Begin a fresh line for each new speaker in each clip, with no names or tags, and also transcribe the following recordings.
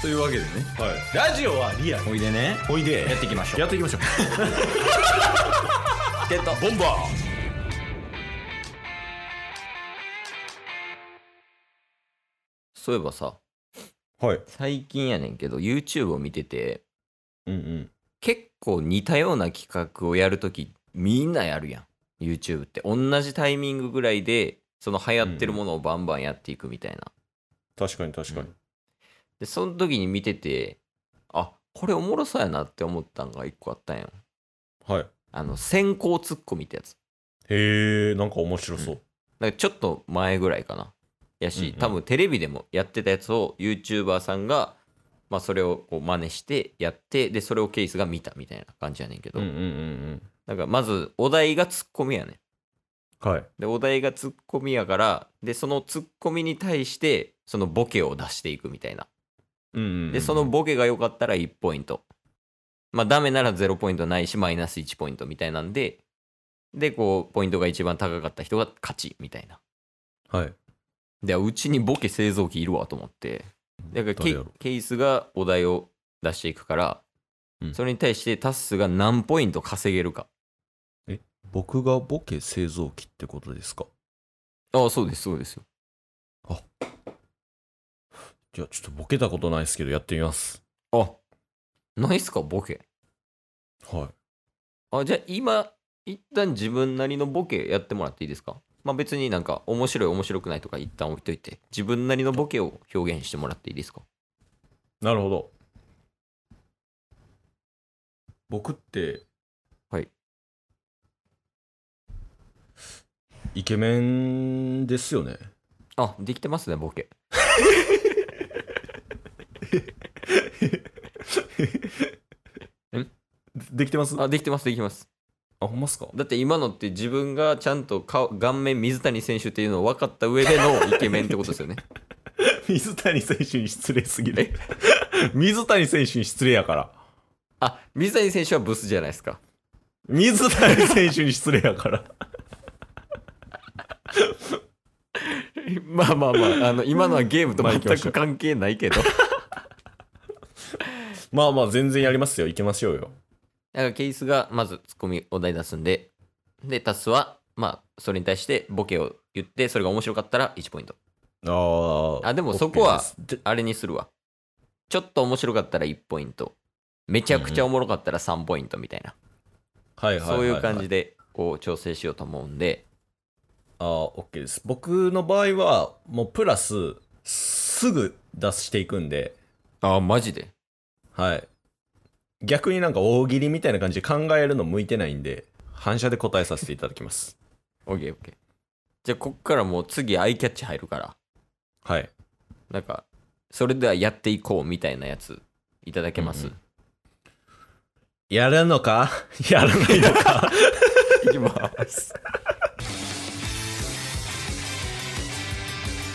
というわけでね
はい、ラジオはリアル
おいでね
おいで
やっていきましょう
やっていきましょう
ゲット
ボンバ
そういえばさ
ーはい
最近やねんけど YouTube を見てて
うんうん
結構似たような企画をやるときみんなやるやん YouTube って同じタイミングぐらいでその流行ってるものをバンバンやっていくみたいな、
確かに確かに、
でその時に見ててあこれおもろそうやなって思ったんが一個あったんやん
はい
あの先行ツッコミってやつ
へえんか面白そう、
なんかちょっと前ぐらいかなやし、
うんうん
多分テレビでもやってたやつを YouTuber さんが、まあ、それをこう真似してやってでそれをケースが見たみたいな感じやねんけど、
うんうん
なんかまずお題がツッコミやねん
うんはい
でお題がツッコミやからでそのツッコミに対してそのボケを出していくみたいな
うんうんうん
でそのボケが良かったら1ポイントまあダメなら0ポイントないしマイナス1ポイントみたいなんででこうポイントが一番高かった人が勝ちみたいな
はい
でうちにボケ製造機いるわと思ってだからケ
誰やろ
ケースがお題を出していくから、
うん
それに対してタッスが何ポイント稼げるか
僕がボケ製造機ってことですか
ああそうですそうですよ
いやちょっとボケたことないですけどやってみます
あないっすかボケ
はい
あじゃあ今一旦自分なりのボケやってもらっていいですかまあ別になんか面白い面白くないとか一旦置いといて自分なりのボケを表現してもらっていいですか
なるほど僕って
はい
イケメンですよね
あできてますねボケ
できてますあ
あできてますできてます
ほんまっすか
だって今のって自分がちゃんと顔顔面水谷選手っていうのを分かった上で のイケメンってことですよね
水谷選手に失礼すぎる水谷選手に失礼やから
あ水谷選手はブスじゃないですか
水谷選手に失礼やから
まあまあまああの今のはゲームと
まあ行きま
全
しょ
く
う
関係ないけどだか
まあまあ全然やりますよいきましょうよ
らケイスがまずツッコミお題出すんででタスはまあそれに対してボケを言ってそれが面白かったら1ポイント
あー
あでもそこは
OK ですで
あれにするわちょっと面白かったら1ポイントめちゃくちゃおもろかったら3ポイントみたいな、
はいはいはい、
そう
はい
いう感じでこう調整しようと思うんで
ああ、OK です。僕の場合は、もうプラス、すぐ出していくんで、
あマジで
はい。逆になんか大喜利みたいな感じで考えるの向いてないんで、反射で答えさせていただきます。
オッケーオッケーじゃあこっからもう次アイキャッチ入るから
はい。
なんかそれではやっていこうみたいなやついただけます、
うんやるのか やらないのか
いきます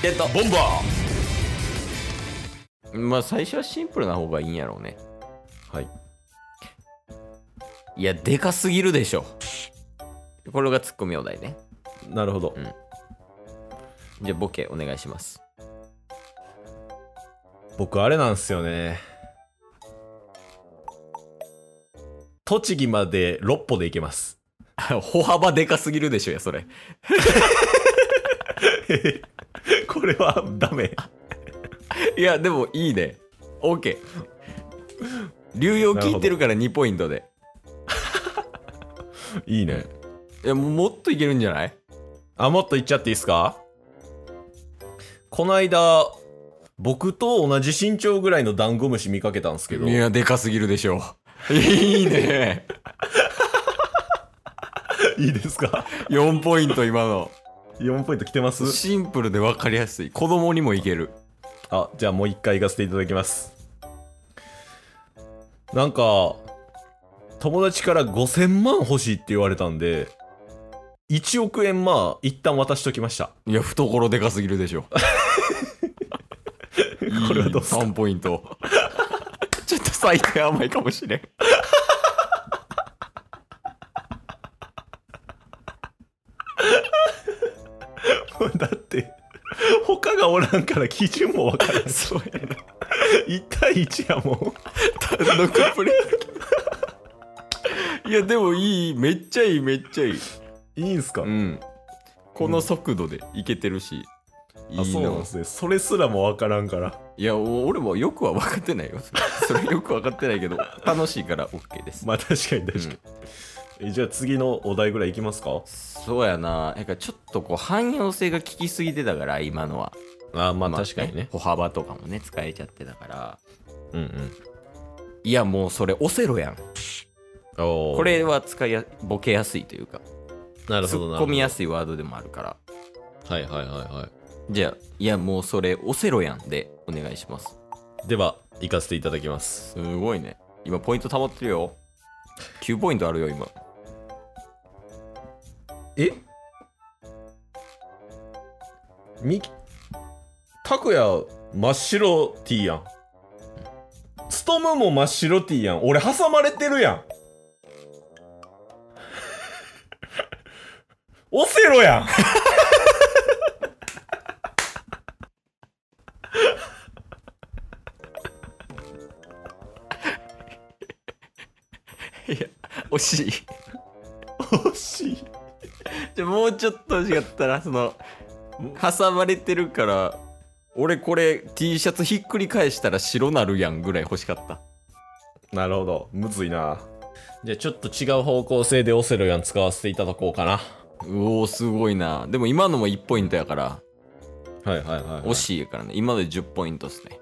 ゲット
ボンバ
まあ最初はシンプルな方がいいんやろうね
ーはい。
いやでかすぎるでしょこれがツッコミお題ね
なるほど。
じゃあボケお願いします
僕、あれなんすよね。栃木まで6歩で行けます。
歩幅でかすぎるでしょやそれ
これはダメ。
いやでもいいね OK 流用聞いてるから2ポイントで
いいね。
いやもうもっといけるんじゃない
あ、もっと言っちゃっていいですかこの間、僕と同じ身長ぐらいのダンゴムシ見かけたんですけど、
いやでかすぎるでしょいいね
いいですか
4ポイント今の
?4 ポイント来てます
シンプルで分かりやすい子供にもいける
あ、じゃあもう一回行かせていただきます。なんか、友達から5000万欲しいって言われたんで、1億円まあ、一旦渡しときま した。
いや懐でかすぎるでし ょ
これはどうっすか
3ポイント ちょっと最低甘いかも しれん
だって、他がおらんから基準もわからん。
そうやな
1対1やもん。
単独プレイいやでもいいめっちゃいいめっちゃいい
いいんすか、
うんこの速度でいけてるし、い
あ、
い
そうなん
な
ですね。それすらもわからんから。
いやお俺もよくは分かってないよそれそれよく分かってないけど 楽しいから OK です、
まあ確かに確かに。えじゃあ次のお題ぐらいいきますか
そうやななんかちょっとこう汎用性が効きすぎてたから今のは
あまあ
まあ
確かにね。
歩幅とかもね使えちゃってたから
うんうん。
いやもうそれオセロやん
お
こ、れは使いやボケやすいというか
なるほど
突
な
っ
るほ
込
ど。
みやすいワードでもあるから
はいはいはいは
じゃあいやもうそれオセロやんでお願いします
い。では、行かせていただきます。
すごいね今ポイント溜まってるよ9ポイントあるよ今
えみ、たくや真っ白 T やん。つとむも真っ白 T やん。俺挟まれてるやん。 オセロやん。
惜しい
欲しい。
じゃあもうちょっと欲しかったらその挟まれてるから俺これ T シャツひっくり返したら白なるやんぐらい欲しかった
なるほど。むずいな。じゃあちょっと違う方向性でオセロやん使わせていただこうかな。
うおーすごいなでも今のも1ポイントやから
はいはいはい、
惜しいからね今ので10ポイントっすね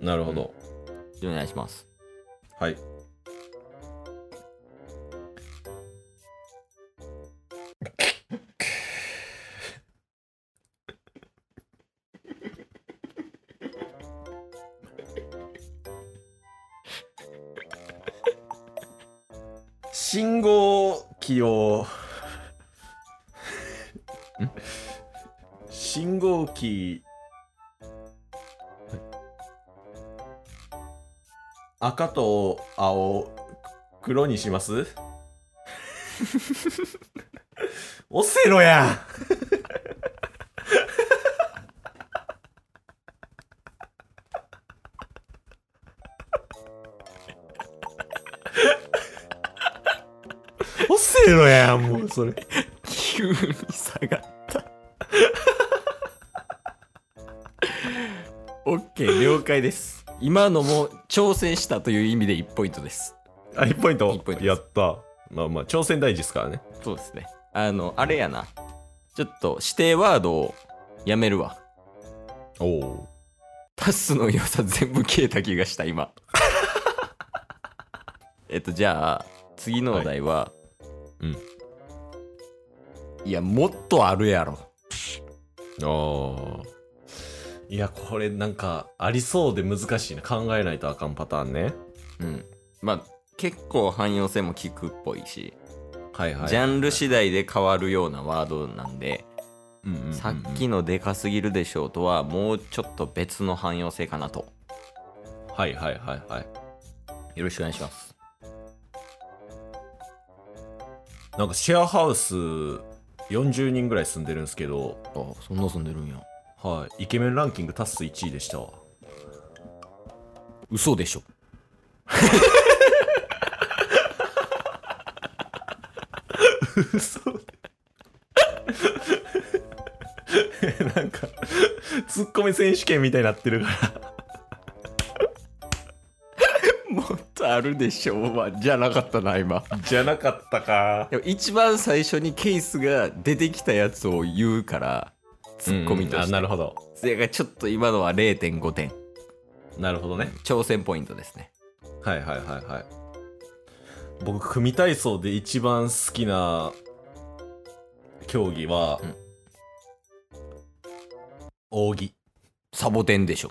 なるほど。
お願いします
はい。信号機を信号機赤と青黒にします オセロやオセロやもうそれ
急に下がった OK 了解です今のも挑戦したという意味で1ポイントです
あ1ポイント
一ポイントです
やったまあまあ挑戦大事ですからね
そうですねあのあれやなちょっと指定ワードをやめるわ
おお
タスの良さ全部消えた気がした 今えっとじゃあ次のお題は、
いうん
いやもっとあるやろ
ああ。いや、これなんか、ありそうで難しいな。考えないとあかんパターンね。
うんまあ結構汎用性も効くっぽいし
はいは
ジャンル次第で変わるようなワードなんで、
うんうんうんうん
さっきのでかすぎるでしょうとはもうちょっと別の汎用性かなと
はいはいはいはい。
よろしくお願いします
なんか、シェアハウス40人ぐらい住んでるんですけど、
あそんな遊んでるんや
はい。イケメンランキングタス1位でしたわ。
嘘でしょ
嘘 なんか、ツッコミ選手権みたいになってるから。
もっとあるでしょうはじゃなかったな今
じゃなかったか。
でも一番最初にケースが出てきたやつを言うからツッコミと
うん
し
うんあ、
て、
なるほど。
それがちょっと今のは0.5点
なるほどね。
挑戦ポイントですね
はいはいはいはい僕組体操で一番好きな競技は、
うん
扇
サボテンでしょ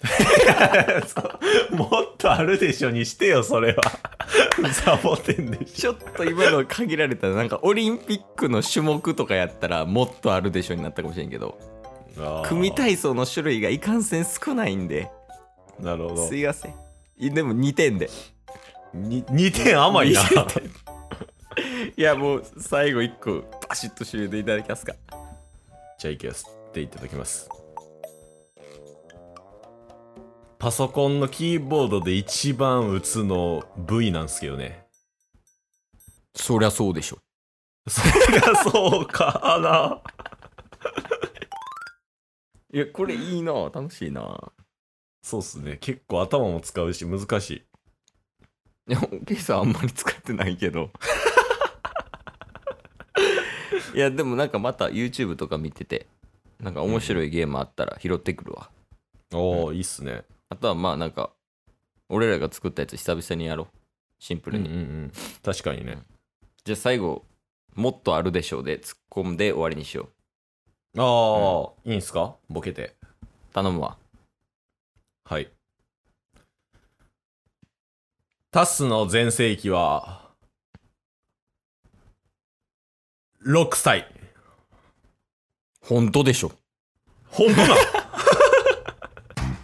そうもっとあるでしょにしてよそれはサボテンでし
ちょっと今の限られたなんかオリンピックの種目とかやったらもっとあるでしょになったかもしれんけど
ょ
組体操の種類がいかんせん少ないんで
なるほど
すいませんいでも2点で
に2点甘い な
いやもう最後1個バシッと締めていただけますか
じゃあいきますっていただきますパソコンのキーボードで一番打つの V なんすけどね。
そりゃそうでしょ。
そりゃそうかな。
いや、これいいな楽しいな
そうっすね。結構頭も使うし難し
い
い。
や、ケイさんあんまり使ってないけど。 いや、でもなんかまた YouTube とか見てて、なんか面白いゲームあったら拾ってくるわ。
おお、いいっすね。
あとはまあなんか、俺らが作ったやつ久々にやろう。シンプ
うん
ルに。
うんうん。確かにね。
じゃあ最後、もっとあるでしょうで突っ込んで終わりにしよう。
ああ、いいんすかボケて。
頼むわ。
はい。タスの全盛期は、6歳。
本当でしょ。
本当だ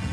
す